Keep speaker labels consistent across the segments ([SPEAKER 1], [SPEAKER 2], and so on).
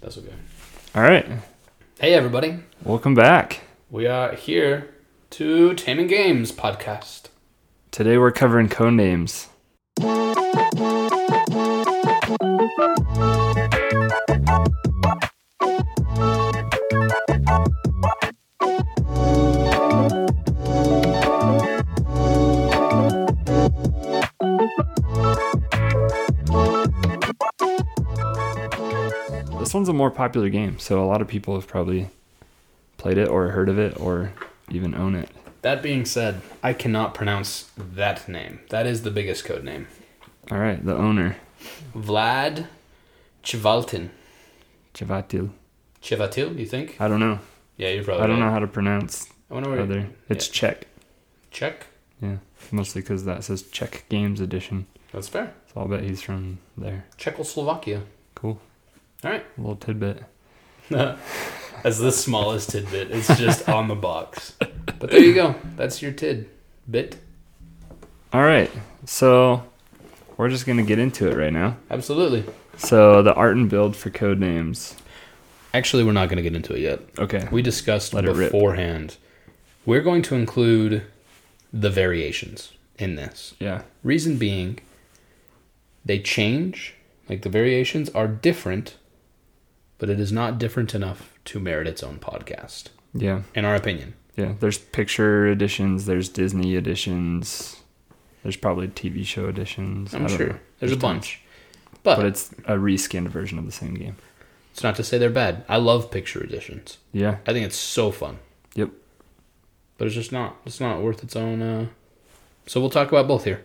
[SPEAKER 1] That's okay.
[SPEAKER 2] All right.
[SPEAKER 1] Hey, everybody.
[SPEAKER 2] Welcome back.
[SPEAKER 1] We are here to Taming Games podcast.
[SPEAKER 2] Today we're covering code names. This one's a more popular game, so a lot of people have probably played it or heard of it or even own it.
[SPEAKER 1] That being said, I cannot pronounce that name. That is the biggest code name.
[SPEAKER 2] All right, the owner,
[SPEAKER 1] Vlad Chivaltin.
[SPEAKER 2] Chavatil.
[SPEAKER 1] Chivatil, you think?
[SPEAKER 2] I don't know.
[SPEAKER 1] Yeah, you're probably
[SPEAKER 2] I don't
[SPEAKER 1] right.
[SPEAKER 2] know how to pronounce
[SPEAKER 1] I wonder where
[SPEAKER 2] other. It's Czech.
[SPEAKER 1] Czech.
[SPEAKER 2] Yeah, mostly because that says Czech Games Edition.
[SPEAKER 1] That's fair.
[SPEAKER 2] So I'll bet he's from there.
[SPEAKER 1] Czechoslovakia.
[SPEAKER 2] Cool.
[SPEAKER 1] All right.
[SPEAKER 2] little tidbit.
[SPEAKER 1] That's the smallest tidbit. It's just on the box. But there you go. That's your tid bit.
[SPEAKER 2] All right, so we're just gonna get into it right now.
[SPEAKER 1] Absolutely.
[SPEAKER 2] So the art and build for code names.
[SPEAKER 1] Actually, we're not going to get into it yet.
[SPEAKER 2] Okay.
[SPEAKER 1] We discussed
[SPEAKER 2] Let it rip.
[SPEAKER 1] beforehand. We're going to include the variations in this.
[SPEAKER 2] Yeah.
[SPEAKER 1] Reason being, they change. Like the variations are different, but it is not different enough to merit its own podcast,
[SPEAKER 2] Yeah.
[SPEAKER 1] in our opinion.
[SPEAKER 2] Yeah. There's picture editions. There's Disney editions. There's probably TV show editions.
[SPEAKER 1] I'm
[SPEAKER 2] I don't
[SPEAKER 1] sure
[SPEAKER 2] know.
[SPEAKER 1] there's a
[SPEAKER 2] tons.
[SPEAKER 1] bunch,
[SPEAKER 2] But
[SPEAKER 1] but
[SPEAKER 2] it's a reskinned version of the same game.
[SPEAKER 1] it's not to say they're bad. I love picture editions.
[SPEAKER 2] Yeah.
[SPEAKER 1] I think it's so fun.
[SPEAKER 2] Yep.
[SPEAKER 1] but it's just not it's not worth its own uh so we'll talk about both here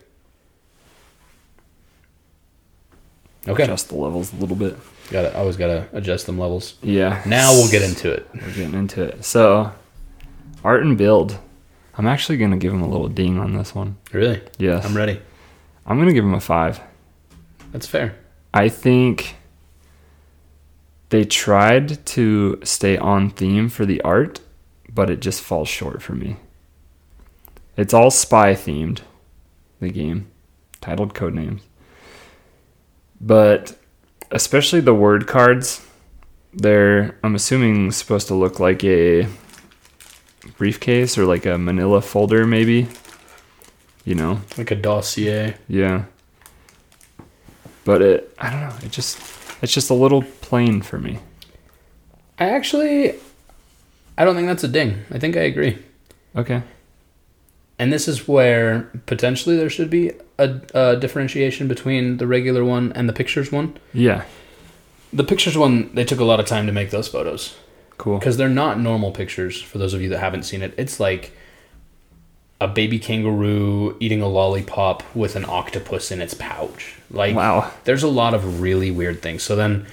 [SPEAKER 1] okay
[SPEAKER 2] Adjust the levels a little bit.
[SPEAKER 1] gotta always gotta adjust them levels
[SPEAKER 2] Yeah.
[SPEAKER 1] now we'll get into it
[SPEAKER 2] We're getting into it. So, art and build. I'm actually gonna give him a little ding on this one.
[SPEAKER 1] really
[SPEAKER 2] Yes.
[SPEAKER 1] i'm ready
[SPEAKER 2] I'm gonna give him a five.
[SPEAKER 1] that's fair
[SPEAKER 2] I think they tried to stay on theme for the art, but it just falls short for me. It's all spy themed, the game, titled Codenames. But especially the word cards, they're, I'm assuming, supposed to look like a briefcase or like a manila folder, maybe. You know?
[SPEAKER 1] like a dossier
[SPEAKER 2] Yeah. But it, I don't know. It just, it's just a little plain for me.
[SPEAKER 1] i actually i don't think that's a ding i think i agree
[SPEAKER 2] Okay.
[SPEAKER 1] and this is where potentially there should be a, a differentiation between the regular one and the pictures one
[SPEAKER 2] Yeah.
[SPEAKER 1] the pictures one they took a lot of time to make those photos
[SPEAKER 2] Cool.
[SPEAKER 1] because they're not normal pictures for those of you that haven't seen it it's like a baby kangaroo eating a lollipop with an octopus in its pouch like
[SPEAKER 2] Wow.
[SPEAKER 1] there's a lot of really weird things so then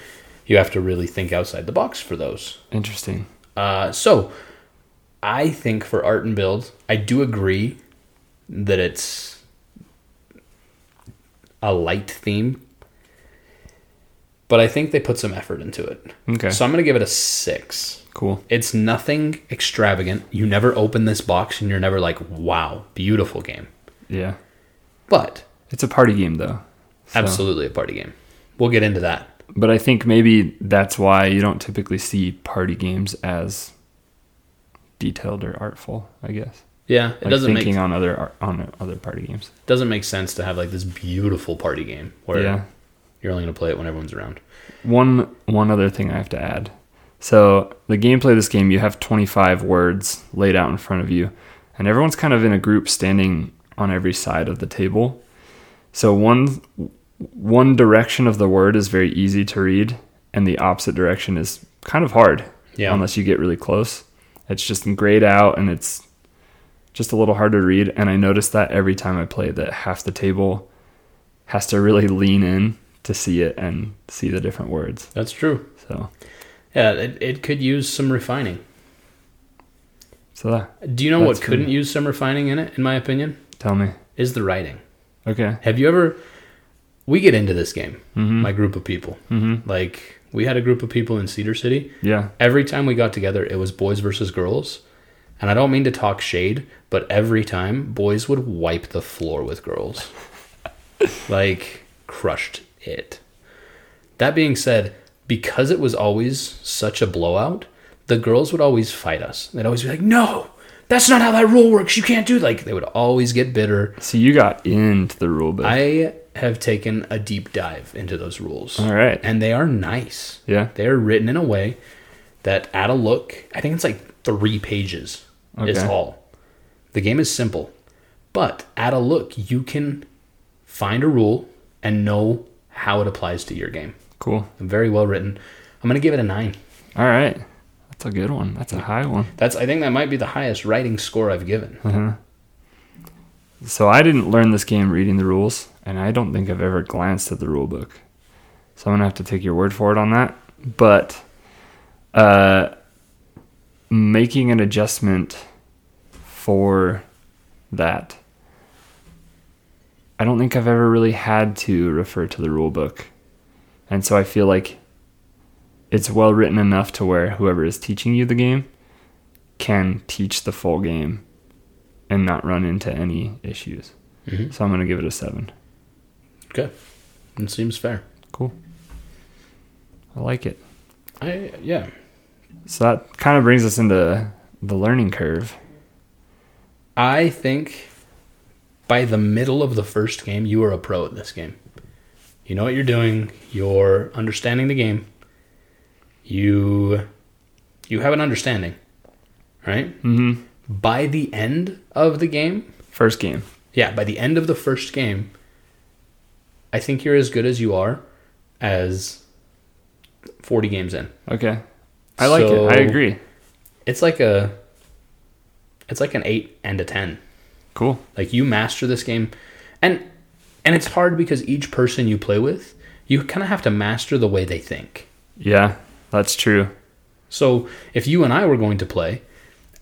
[SPEAKER 1] you have to really think outside the box for those
[SPEAKER 2] Interesting.
[SPEAKER 1] uh, so i think for art and build i do agree that it's a light theme but i think they put some effort into it
[SPEAKER 2] Okay.
[SPEAKER 1] so i'm going to give it a six
[SPEAKER 2] cool.
[SPEAKER 1] it's nothing extravagant. You never open this box and you're never like, wow, beautiful game.
[SPEAKER 2] Yeah.
[SPEAKER 1] But
[SPEAKER 2] It's a party game though. So-
[SPEAKER 1] absolutely a party game. We'll get into that.
[SPEAKER 2] But I think maybe that's why you don't typically see party games as detailed or artful. I guess.
[SPEAKER 1] Yeah, it
[SPEAKER 2] Like
[SPEAKER 1] doesn't
[SPEAKER 2] thinking
[SPEAKER 1] make
[SPEAKER 2] on other ar- on other party games.
[SPEAKER 1] doesn't make sense to have like this beautiful party game where
[SPEAKER 2] Yeah.
[SPEAKER 1] you're only gonna play it when everyone's around.
[SPEAKER 2] One one other thing I have to add. So the gameplay of this game, you have 25 words laid out in front of you, and everyone's kind of in a group standing on every side of the table. So one one direction of the word is very easy to read, and the opposite direction is kind of hard.
[SPEAKER 1] Yeah.
[SPEAKER 2] Unless you get really close, it's just grayed out, and it's just a little harder to read. And I notice that every time I play, that half the table has to really lean in to see it and see the different words.
[SPEAKER 1] That's true.
[SPEAKER 2] So,
[SPEAKER 1] Yeah, it, it could use some refining.
[SPEAKER 2] so that
[SPEAKER 1] Do you know
[SPEAKER 2] That's
[SPEAKER 1] what
[SPEAKER 2] true.
[SPEAKER 1] couldn't use some refining in it, in my opinion?
[SPEAKER 2] tell me.
[SPEAKER 1] Is the writing.
[SPEAKER 2] Okay.
[SPEAKER 1] Have you ever we get into this game, my group of people. Mm-hmm. Like we had a group of people in Cedar City
[SPEAKER 2] Yeah.
[SPEAKER 1] every time we got together it was boys versus girls and i don't mean to talk shade but every time boys would wipe the floor with girls like crushed it that being said because it was always such a blowout, the girls would always fight us. They'd always be like, "No, that's not how that rule works. You can't do like." They would always get bitter.
[SPEAKER 2] So you got into the rule book.
[SPEAKER 1] I have taken a deep dive into those rules,
[SPEAKER 2] All right.
[SPEAKER 1] and they are nice.
[SPEAKER 2] yeah.
[SPEAKER 1] They are written in a way that, at a look, I think it's like three pages is
[SPEAKER 2] Okay.
[SPEAKER 1] all. The game is simple, but at a look, you can find a rule and know how it applies to your game.
[SPEAKER 2] Cool.
[SPEAKER 1] Very well written. I'm gonna give it a nine.
[SPEAKER 2] All right. That's a good one. That's a high one.
[SPEAKER 1] That's I think that might be the highest writing score I've given.
[SPEAKER 2] Mm-hmm. So I didn't learn this game reading the rules, and I don't think I've ever glanced at the rule book. So I'm gonna have to take your word for it on that. But uh, making an adjustment for that, I don't think I've ever really had to refer to the rule book, and so I feel like it's well written enough to where whoever is teaching you the game can teach the full game and not run into any issues.
[SPEAKER 1] Mhm.
[SPEAKER 2] So I'm going to give it a seven.
[SPEAKER 1] Okay, it seems fair.
[SPEAKER 2] Cool. I like it.
[SPEAKER 1] I yeah.
[SPEAKER 2] So that kind of brings us into the learning curve.
[SPEAKER 1] I think by the middle of the first game, you are a pro at this game. You know what you're doing. You're understanding the game. You you have an understanding, right?
[SPEAKER 2] Mm-hmm.
[SPEAKER 1] By the end of the game,
[SPEAKER 2] First game.
[SPEAKER 1] yeah, by the end of the first game, I think you're as good as you are as 40 games in.
[SPEAKER 2] Okay. I like
[SPEAKER 1] So-
[SPEAKER 2] it. I agree.
[SPEAKER 1] It's like a it's like an 8 and a 10.
[SPEAKER 2] Cool.
[SPEAKER 1] Like you master this game and and it's hard because each person you play with, you kind of have to master the way they think.
[SPEAKER 2] Yeah, that's true.
[SPEAKER 1] So, if you and I were going to play,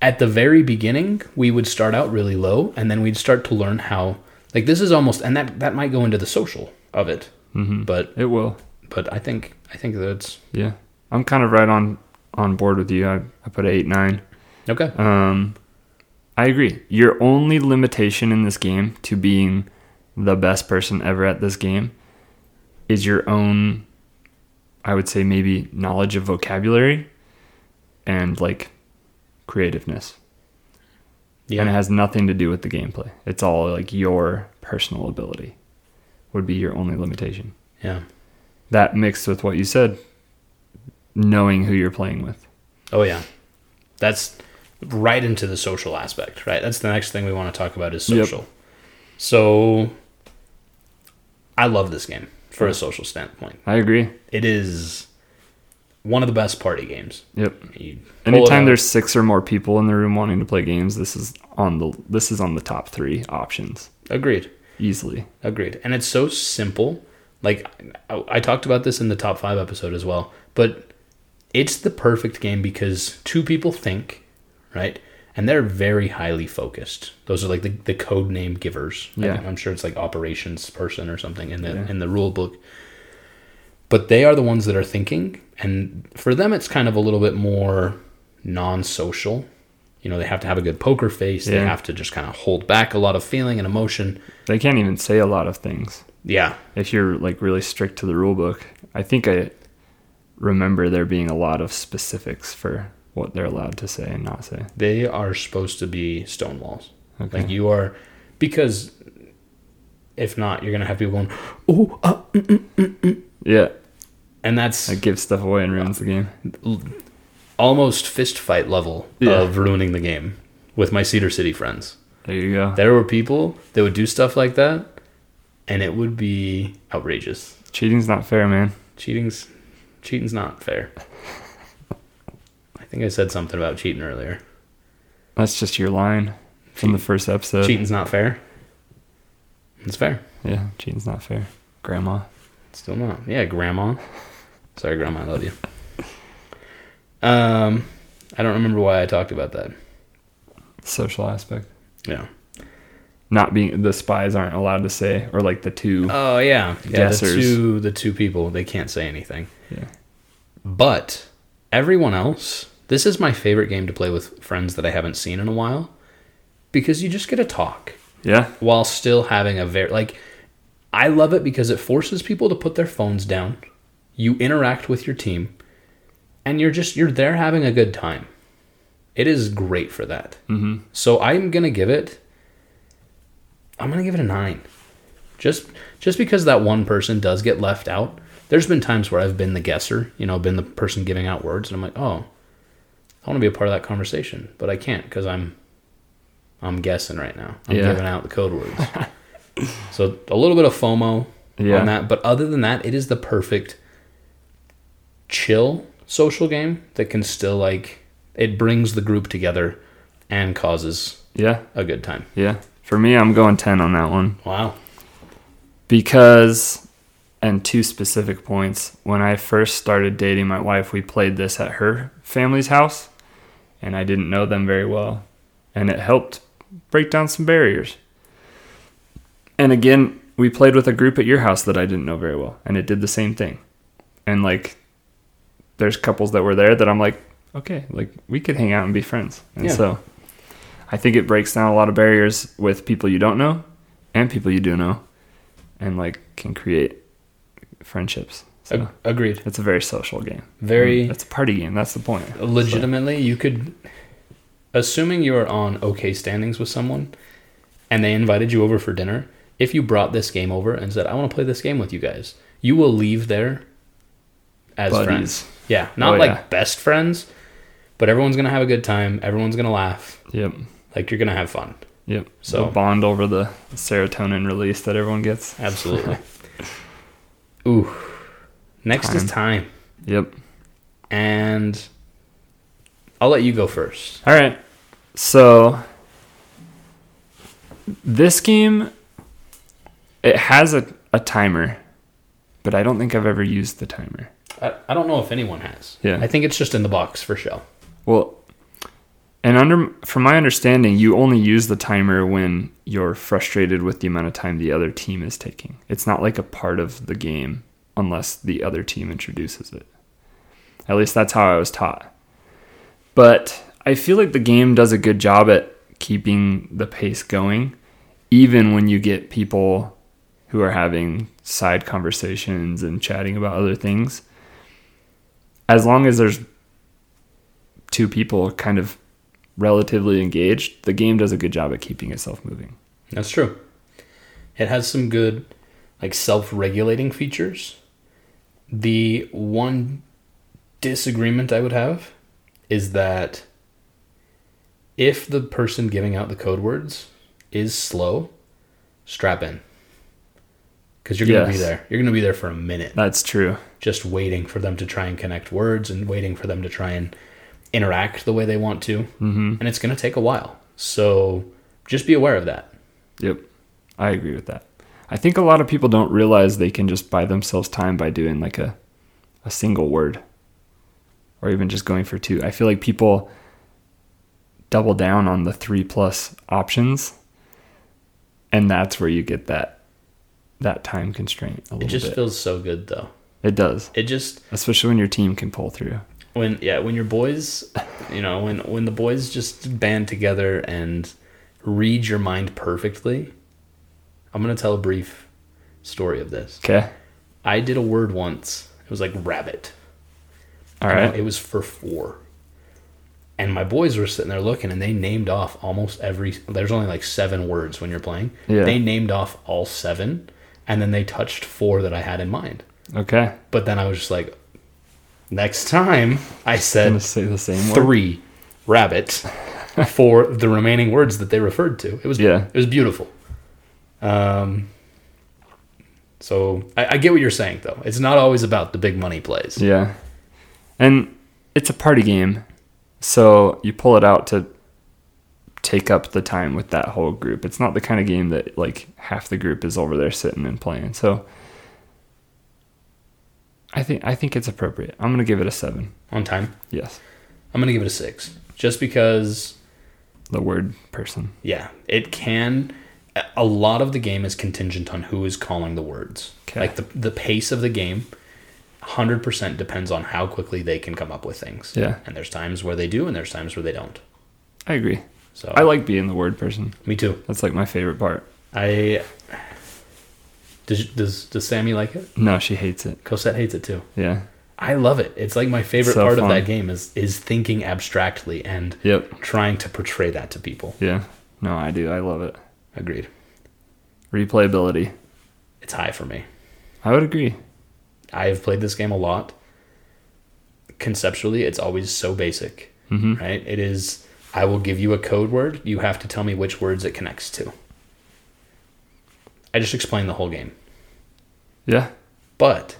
[SPEAKER 1] at the very beginning, we would start out really low and then we'd start to learn how like this is almost and that that might go into the social of it. But
[SPEAKER 2] It will.
[SPEAKER 1] but I think I think that's
[SPEAKER 2] Yeah. I'm kind of right on on board with you. I, I put a eight nine.
[SPEAKER 1] okay.
[SPEAKER 2] Um, I agree. Your only limitation in this game to being the best person ever at this game is your own, I would say, maybe knowledge of vocabulary and like creativeness. And it
[SPEAKER 1] Yeah.
[SPEAKER 2] has nothing to do with the gameplay. It's all like your personal ability would be your only limitation.
[SPEAKER 1] Yeah.
[SPEAKER 2] That mixed with what you said, knowing who you're playing with.
[SPEAKER 1] Oh yeah, that's right into the social aspect, right? That's the next thing we want to talk about is
[SPEAKER 2] Yep.
[SPEAKER 1] social. So, I love this game for a social standpoint.
[SPEAKER 2] I agree.
[SPEAKER 1] It is one of the best party games.
[SPEAKER 2] Yep.
[SPEAKER 1] You pull it
[SPEAKER 2] Anytime
[SPEAKER 1] out-
[SPEAKER 2] there's six or more people in the room wanting to play games, this is on the this is on the top three options
[SPEAKER 1] agreed,
[SPEAKER 2] easily.
[SPEAKER 1] agreed, and it's so simple. Like I, I talked about this in the top five episode as well, but it's the perfect game because two people think, right? And they're very highly focused. Those are like the, the code name givers. I
[SPEAKER 2] Yeah.
[SPEAKER 1] think- I'm sure it's like operations person or something in the
[SPEAKER 2] Yeah.
[SPEAKER 1] in the rule book. But they are the ones that are thinking, and for them, it's kind of a little bit more non-social. You know, they have to have a good poker face. They
[SPEAKER 2] Yeah.
[SPEAKER 1] have to just kind of hold back a lot of feeling and emotion.
[SPEAKER 2] They can't even say a lot of things
[SPEAKER 1] Yeah,
[SPEAKER 2] if you're like really strict to the rule book. I think I remember there being a lot of specifics for what they're allowed to say and not say.
[SPEAKER 1] they are supposed to be stone walls.
[SPEAKER 2] Okay.
[SPEAKER 1] Like you are, because if not, you're gonna have people going, "Oh, uh,"
[SPEAKER 2] yeah,
[SPEAKER 1] and that's
[SPEAKER 2] that gives stuff away and ruins the game.
[SPEAKER 1] almost fist fight level
[SPEAKER 2] Yeah.
[SPEAKER 1] of ruining the game with my Cedar City friends.
[SPEAKER 2] There you go.
[SPEAKER 1] There were people that would do stuff like that, and it would be outrageous.
[SPEAKER 2] Cheating's not fair, man.
[SPEAKER 1] Cheating's cheating's not fair. I think I said something about cheating earlier.
[SPEAKER 2] That's just your line from the first episode.
[SPEAKER 1] Cheating's not fair. It's fair.
[SPEAKER 2] Yeah, cheating's not fair. Grandma.
[SPEAKER 1] Still not. Yeah, grandma. Sorry, grandma, I love you. Um, I don't remember why I talked about that.
[SPEAKER 2] Social aspect.
[SPEAKER 1] Yeah.
[SPEAKER 2] Not being the spies aren't allowed to say or like the two.
[SPEAKER 1] Oh yeah. Yeah. The
[SPEAKER 2] Guessers.
[SPEAKER 1] two the two people they can't say anything.
[SPEAKER 2] yeah.
[SPEAKER 1] But everyone else, this is my favorite game to play with friends that I haven't seen in a while, because you just get to talk
[SPEAKER 2] Yeah.
[SPEAKER 1] while still having a very like. I love it because it forces people to put their phones down you interact with your team, and you're just you're there having a good time. It is great for that.
[SPEAKER 2] Mm-hmm.
[SPEAKER 1] So I'm gonna give it. I'm gonna give it a nine, just just because that one person does get left out. There's been times where I've been the guesser, you know, been the person giving out words, and I'm like, oh, I want to be a part of that conversation, but I can't because I'm I'm guessing right now. I'm
[SPEAKER 2] Yeah.
[SPEAKER 1] giving out the code words. so a little bit of FOMO
[SPEAKER 2] Yeah.
[SPEAKER 1] on that, but other than that, it is the perfect chill social game that can still like it brings the group together and causes
[SPEAKER 2] Yeah.
[SPEAKER 1] a good time.
[SPEAKER 2] Yeah. For me, I'm going 10 on that one.
[SPEAKER 1] Wow.
[SPEAKER 2] because and two specific points when i first started dating my wife we played this at her family's house and i didn't know them very well and it helped break down some barriers and again we played with a group at your house that i didn't know very well and it did the same thing and like there's couples that were there that i'm like okay like we could hang out and be friends and
[SPEAKER 1] Yeah.
[SPEAKER 2] so i think it breaks down a lot of barriers with people you don't know and people you do know and like can create friendships. So
[SPEAKER 1] Ag- agreed.
[SPEAKER 2] it's a very social game.
[SPEAKER 1] Very
[SPEAKER 2] It's a party game. That's the point.
[SPEAKER 1] legitimately you could assuming you are on okay standings with someone and they invited you over for dinner, if you brought this game over and said, I want to play this game with you guys, you will leave there as
[SPEAKER 2] Buddies.
[SPEAKER 1] friends. Yeah. Not
[SPEAKER 2] Oh,
[SPEAKER 1] like
[SPEAKER 2] yeah.
[SPEAKER 1] best friends, but everyone's gonna have a good time, everyone's gonna laugh,
[SPEAKER 2] Yep.
[SPEAKER 1] like you're gonna have fun.
[SPEAKER 2] Yep.
[SPEAKER 1] So-
[SPEAKER 2] So bond over the serotonin release that everyone gets.
[SPEAKER 1] Absolutely. Ooh. Next is time.
[SPEAKER 2] Yep.
[SPEAKER 1] And I'll let you go first.
[SPEAKER 2] All right. So this game it has a, a timer, but I don't think I've ever used the timer.
[SPEAKER 1] I, I don't know if anyone has.
[SPEAKER 2] Yeah.
[SPEAKER 1] I think it's just in the box for show.
[SPEAKER 2] Well, and under from my understanding, you only use the timer when you're frustrated with the amount of time the other team is taking. It's not like a part of the game unless the other team introduces it. At least that's how I was taught. But I feel like the game does a good job at keeping the pace going, even when you get people who are having side conversations and chatting about other things. As long as there's two people kind of relatively engaged, the game does a good job at keeping itself moving.
[SPEAKER 1] That's true. It has some good, like, self regulating features. The one disagreement I would have is that if the person giving out the code words is slow, strap in. Because you're going to
[SPEAKER 2] Yes.
[SPEAKER 1] be there. You're going to be there for a minute.
[SPEAKER 2] That's true.
[SPEAKER 1] just waiting for them to try and connect words and waiting for them to try and interact the way they want to. Mm-hmm. And it's going to take a while. So just be aware of that.
[SPEAKER 2] Yep. I agree with that. I think a lot of people don't realize they can just buy themselves time by doing like a a single word or even just going for two. I feel like people double down on the 3 plus options and that's where you get that that time constraint
[SPEAKER 1] It
[SPEAKER 2] a little
[SPEAKER 1] just
[SPEAKER 2] bit.
[SPEAKER 1] feels so good though.
[SPEAKER 2] it does,
[SPEAKER 1] It just
[SPEAKER 2] especially when your team can pull through.
[SPEAKER 1] when yeah, when your boys, you know, when when the boys just band together and read your mind perfectly. I'm going to tell a brief story of this.
[SPEAKER 2] Okay?
[SPEAKER 1] I did a word once. It was like rabbit.
[SPEAKER 2] All
[SPEAKER 1] No,
[SPEAKER 2] right.
[SPEAKER 1] It was for four. And my boys were sitting there looking, and they named off almost every. There's only like seven words when you're playing.
[SPEAKER 2] Yeah.
[SPEAKER 1] They named off all seven, and then they touched four that I had in mind.
[SPEAKER 2] Okay.
[SPEAKER 1] But then I was just like, next time I
[SPEAKER 2] I'm
[SPEAKER 1] said
[SPEAKER 2] going to say the same word.
[SPEAKER 1] three rabbit for the remaining words that they referred to. It was
[SPEAKER 2] Yeah.
[SPEAKER 1] It was beautiful. Um. So I, I get what you're saying, though. It's not always about the big money plays.
[SPEAKER 2] Yeah. And it's a party game. So you pull it out to take up the time with that whole group. It's not the kind of game that like half the group is over there sitting and playing. So I think I think it's appropriate. I'm going to give it a 7.
[SPEAKER 1] On time.
[SPEAKER 2] Yes.
[SPEAKER 1] I'm gonna give it a six, just because.
[SPEAKER 2] The word person.
[SPEAKER 1] Yeah, it can. A lot of the game is contingent on who is calling the words.
[SPEAKER 2] Okay.
[SPEAKER 1] Like the the pace of the game, hundred percent depends on how quickly they can come up with things.
[SPEAKER 2] Yeah.
[SPEAKER 1] And there's times where they do, and there's times where they don't.
[SPEAKER 2] I agree.
[SPEAKER 1] So
[SPEAKER 2] I like being the word person.
[SPEAKER 1] me too.
[SPEAKER 2] That's like my favorite part.
[SPEAKER 1] I Does, does does Sammy like it?
[SPEAKER 2] No, she hates it.
[SPEAKER 1] Cosette hates it too.
[SPEAKER 2] Yeah.
[SPEAKER 1] I love it. It's like my favorite
[SPEAKER 2] So
[SPEAKER 1] part
[SPEAKER 2] fun.
[SPEAKER 1] of that game is is thinking abstractly and
[SPEAKER 2] Yep.
[SPEAKER 1] trying to portray that to people.
[SPEAKER 2] Yeah. No, I do. I love it.
[SPEAKER 1] Agreed.
[SPEAKER 2] Replayability.
[SPEAKER 1] It's high for me.
[SPEAKER 2] I would agree.
[SPEAKER 1] I have played this game a lot. Conceptually, it's always so basic,
[SPEAKER 2] Mhm.
[SPEAKER 1] right? It is. I will give you a code word. You have to tell me which words it connects to. I just explained the whole game,
[SPEAKER 2] Yeah.
[SPEAKER 1] but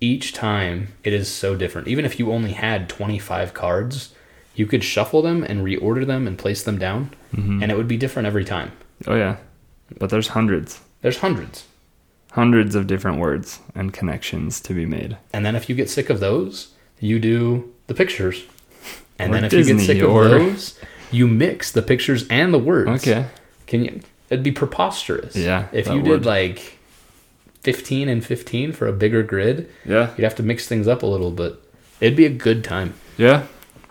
[SPEAKER 1] each time it is so different. Even if you only had twenty five cards, you could shuffle them and reorder them and place them down, and it would be different every time.
[SPEAKER 2] Oh yeah. But there's hundreds,
[SPEAKER 1] There's hundreds.
[SPEAKER 2] hundreds of different words and connections to be made.
[SPEAKER 1] And then if you get sick of those, you do the pictures. And
[SPEAKER 2] Or
[SPEAKER 1] then if you
[SPEAKER 2] Disney
[SPEAKER 1] get sick
[SPEAKER 2] or-
[SPEAKER 1] of those, you mix the pictures and the words.
[SPEAKER 2] Okay.
[SPEAKER 1] Can you it'd be preposterous.
[SPEAKER 2] Yeah,
[SPEAKER 1] If
[SPEAKER 2] that
[SPEAKER 1] you
[SPEAKER 2] would.
[SPEAKER 1] did like fifteen and fifteen for a bigger grid,
[SPEAKER 2] Yeah.
[SPEAKER 1] you'd have to mix things up a little but it'd be a good time.
[SPEAKER 2] Yeah.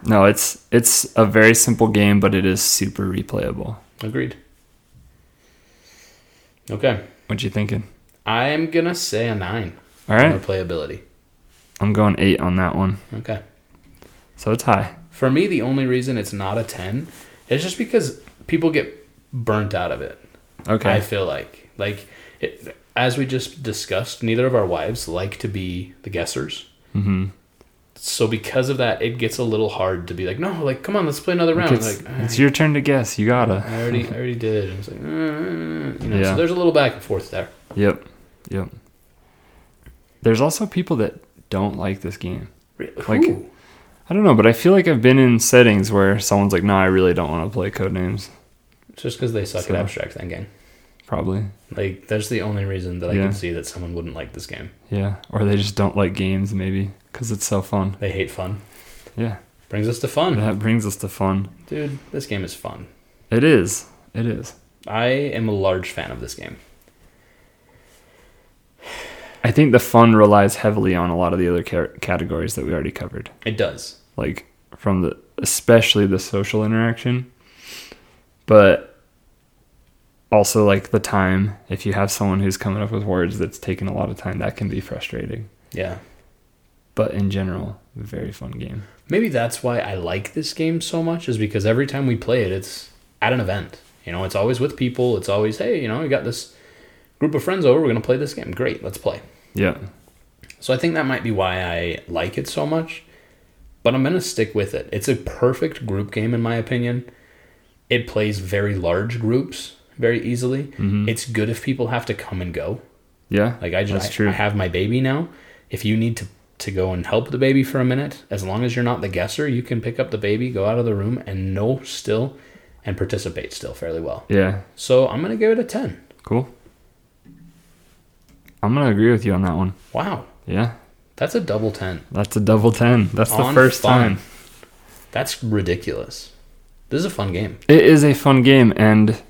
[SPEAKER 2] No, it's it's a very simple game, but it is super replayable.
[SPEAKER 1] Agreed. Okay.
[SPEAKER 2] What you thinking?
[SPEAKER 1] I'm gonna say a nine
[SPEAKER 2] All right.
[SPEAKER 1] for playability.
[SPEAKER 2] I'm going eight on that one.
[SPEAKER 1] Okay.
[SPEAKER 2] So it's high.
[SPEAKER 1] For me, the only reason it's not a ten is just because people get burnt out of it.
[SPEAKER 2] Okay.
[SPEAKER 1] I feel like like it, as we just discussed, neither of our wives like to be the guessers.
[SPEAKER 2] mm-hmm.
[SPEAKER 1] So because of that, it gets a little hard to be like, no, like come on, let's play another round.
[SPEAKER 2] It's,
[SPEAKER 1] like
[SPEAKER 2] it's
[SPEAKER 1] "Ah,
[SPEAKER 2] your turn to guess. You gotta.
[SPEAKER 1] I already, I already did. And it's like, "Uh," you know.
[SPEAKER 2] Yeah.
[SPEAKER 1] So there's a little back and forth there.
[SPEAKER 2] Yep. Yep. There's also people that don't like this game. Like-
[SPEAKER 1] Ooh.
[SPEAKER 2] I don't know, but I feel like I've been in settings where someone's like, "No, I really don't want to play Codenames."
[SPEAKER 1] It's just because they suck
[SPEAKER 2] So-
[SPEAKER 1] at abstract thinking.
[SPEAKER 2] Probably.
[SPEAKER 1] Like that's the only reason that I
[SPEAKER 2] Yeah.
[SPEAKER 1] can see that someone wouldn't like this game.
[SPEAKER 2] Yeah. Or they just don't like games, maybe, because it's so fun.
[SPEAKER 1] They hate fun.
[SPEAKER 2] Yeah.
[SPEAKER 1] Brings us to fun,
[SPEAKER 2] That brings us to fun.
[SPEAKER 1] dude. This game is fun.
[SPEAKER 2] It is. It is.
[SPEAKER 1] I am a large fan of this game.
[SPEAKER 2] I think the fun relies heavily on a lot of the other car- categories that we already covered.
[SPEAKER 1] It does.
[SPEAKER 2] like from the especially the social interaction but also like the time if you have someone who's coming up with words that's taking a lot of time that can be frustrating
[SPEAKER 1] Yeah.
[SPEAKER 2] but in general very fun game
[SPEAKER 1] Maybe that's why I like this game so much, is because every time we play it, it's at an event. You know, it's always with people. It's always, hey, you know, we got this group of friends over. We're going to play this game. Great, let's play.
[SPEAKER 2] yeah
[SPEAKER 1] So I think that might be why I like it so much, but I'm going to stick with it. It's a perfect group game, in my opinion. It plays very large groups very easily. It's good if people have to come and go.
[SPEAKER 2] yeah
[SPEAKER 1] Like I just
[SPEAKER 2] that's
[SPEAKER 1] I-
[SPEAKER 2] true
[SPEAKER 1] I have my baby now. If you need to to go and help the baby for a minute, as long as you're not the guesser, you can pick up the baby, go out of the room, and know still, and participate still fairly well.
[SPEAKER 2] yeah
[SPEAKER 1] So I'm gonna give it a ten.
[SPEAKER 2] cool i'm gonna agree with you on that one
[SPEAKER 1] Wow,
[SPEAKER 2] yeah
[SPEAKER 1] that's a double ten.
[SPEAKER 2] that's a double 10 that's the
[SPEAKER 1] On
[SPEAKER 2] first
[SPEAKER 1] fun.
[SPEAKER 2] time
[SPEAKER 1] That's ridiculous. This is a fun game.
[SPEAKER 2] it is a fun game and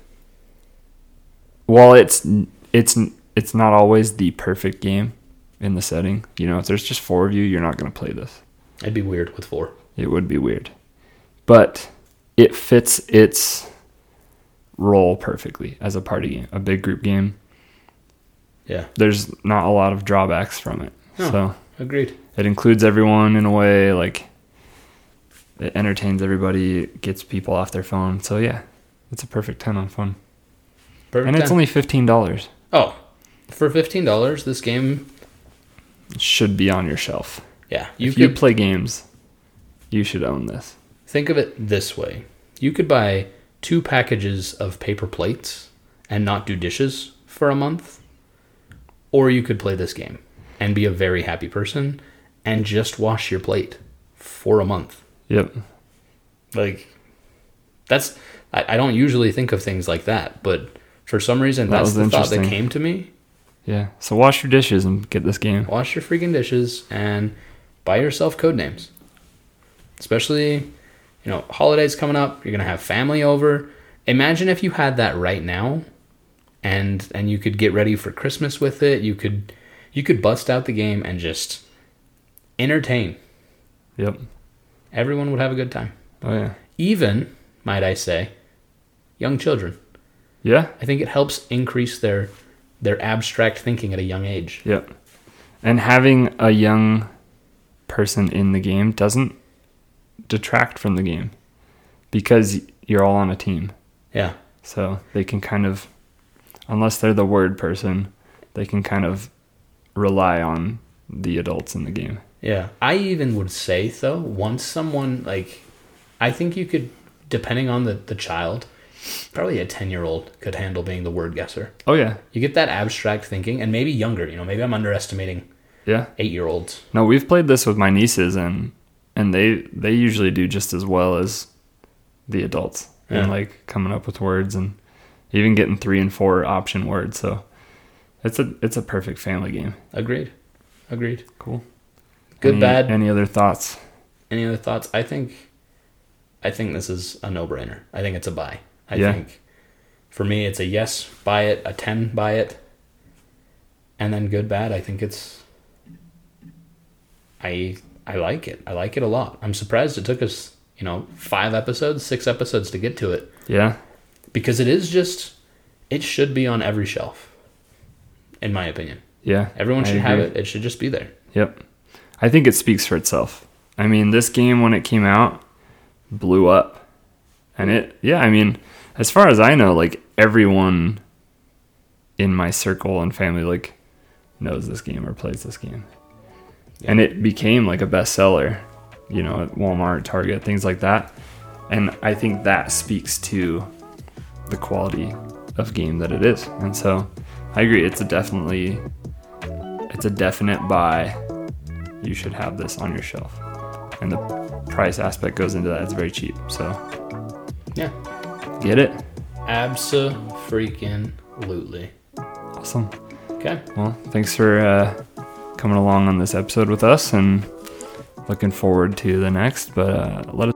[SPEAKER 2] while it's it's it's not always the perfect game in the setting you know if there's just four of you you're not going to play this
[SPEAKER 1] I'd be weird with four.
[SPEAKER 2] it would be weird but it fits its role perfectly as a party game a big group game
[SPEAKER 1] Yeah,
[SPEAKER 2] there's not a lot of drawbacks from it
[SPEAKER 1] No.
[SPEAKER 2] so
[SPEAKER 1] agreed.
[SPEAKER 2] it includes everyone in a way like it entertains everybody it gets people off their phone so yeah it's a perfect 10 on fun
[SPEAKER 1] Perfect
[SPEAKER 2] and it's
[SPEAKER 1] 10.
[SPEAKER 2] only fifteen dollars.
[SPEAKER 1] oh, for fifteen dollars, this game.
[SPEAKER 2] Should be on your shelf.
[SPEAKER 1] Yeah,
[SPEAKER 2] You
[SPEAKER 1] you
[SPEAKER 2] if
[SPEAKER 1] could
[SPEAKER 2] you play games, you should own this.
[SPEAKER 1] Think of it this way you could buy two packages of paper plates and not do dishes for a month, or you could play this game and be a very happy person and just wash your plate for a month.
[SPEAKER 2] Yep.
[SPEAKER 1] Like, that's, I, I don't usually think of things like that, but for some reason,
[SPEAKER 2] That
[SPEAKER 1] that's
[SPEAKER 2] was
[SPEAKER 1] the thought that
[SPEAKER 2] interesting.
[SPEAKER 1] came to me.
[SPEAKER 2] Yeah. So wash your dishes and get this game.
[SPEAKER 1] Wash your freaking dishes and buy yourself code names. Especially, you know, holidays coming up, you're gonna have family over. Imagine if you had that right now and and you could get ready for Christmas with it. You could you could bust out the game and just entertain.
[SPEAKER 2] Yep.
[SPEAKER 1] Everyone would have a good time.
[SPEAKER 2] Oh yeah.
[SPEAKER 1] Even, might I say, young children.
[SPEAKER 2] Yeah.
[SPEAKER 1] I think it helps increase their their abstract thinking at a young age.
[SPEAKER 2] Yep. And having a young person in the game doesn't detract from the game because you're all on a team.
[SPEAKER 1] Yeah.
[SPEAKER 2] So they can kind of, unless they're the word person, they can kind of rely on the adults in the game.
[SPEAKER 1] Yeah. I even would say though, once someone like I think you could depending on the, the child, probably a ten year old could handle being the word guesser.
[SPEAKER 2] Oh, yeah.
[SPEAKER 1] You get that abstract thinking and maybe younger, you know, maybe I'm underestimating
[SPEAKER 2] Yeah.
[SPEAKER 1] eight year olds.
[SPEAKER 2] No, we've played this with my nieces and and they they usually do just as well as the adults.
[SPEAKER 1] Yeah.
[SPEAKER 2] And like coming up with words and even getting 3 and 4 option words. So it's a it's a perfect family game.
[SPEAKER 1] Agreed. Agreed.
[SPEAKER 2] Cool.
[SPEAKER 1] Good,
[SPEAKER 2] any,
[SPEAKER 1] bad.
[SPEAKER 2] Any other thoughts?
[SPEAKER 1] Any other thoughts? I think I think this is a no brainer. I think it's a buy. I
[SPEAKER 2] Yeah.
[SPEAKER 1] think for me it's a yes, buy it, a ten, buy it. And then good, bad, I think it's I I like it. I like it a lot. I'm surprised it took us, you know, five episodes, six episodes to get to it.
[SPEAKER 2] Yeah.
[SPEAKER 1] Because it is just it should be on every shelf. In my opinion.
[SPEAKER 2] Yeah.
[SPEAKER 1] Everyone
[SPEAKER 2] I
[SPEAKER 1] should have
[SPEAKER 2] agree.
[SPEAKER 1] it. It should just be there.
[SPEAKER 2] Yep. I think it speaks for itself. I mean, this game when it came out blew up. And it yeah, I mean, as far as I know, like everyone in my circle and family like knows this game or plays this game. And it became like a bestseller, you know, at Walmart, Target, things like that. And I think that speaks to the quality of game that it is. And so I agree, it's a definitely it's a definite buy. You should have this on your shelf. And the price aspect goes into that. It's very cheap. So
[SPEAKER 1] Yeah.
[SPEAKER 2] get it.
[SPEAKER 1] Absa freaking lootly.
[SPEAKER 2] Awesome.
[SPEAKER 1] Okay.
[SPEAKER 2] Well, thanks for uh, coming along on this episode with us and looking forward to the next. But uh, let us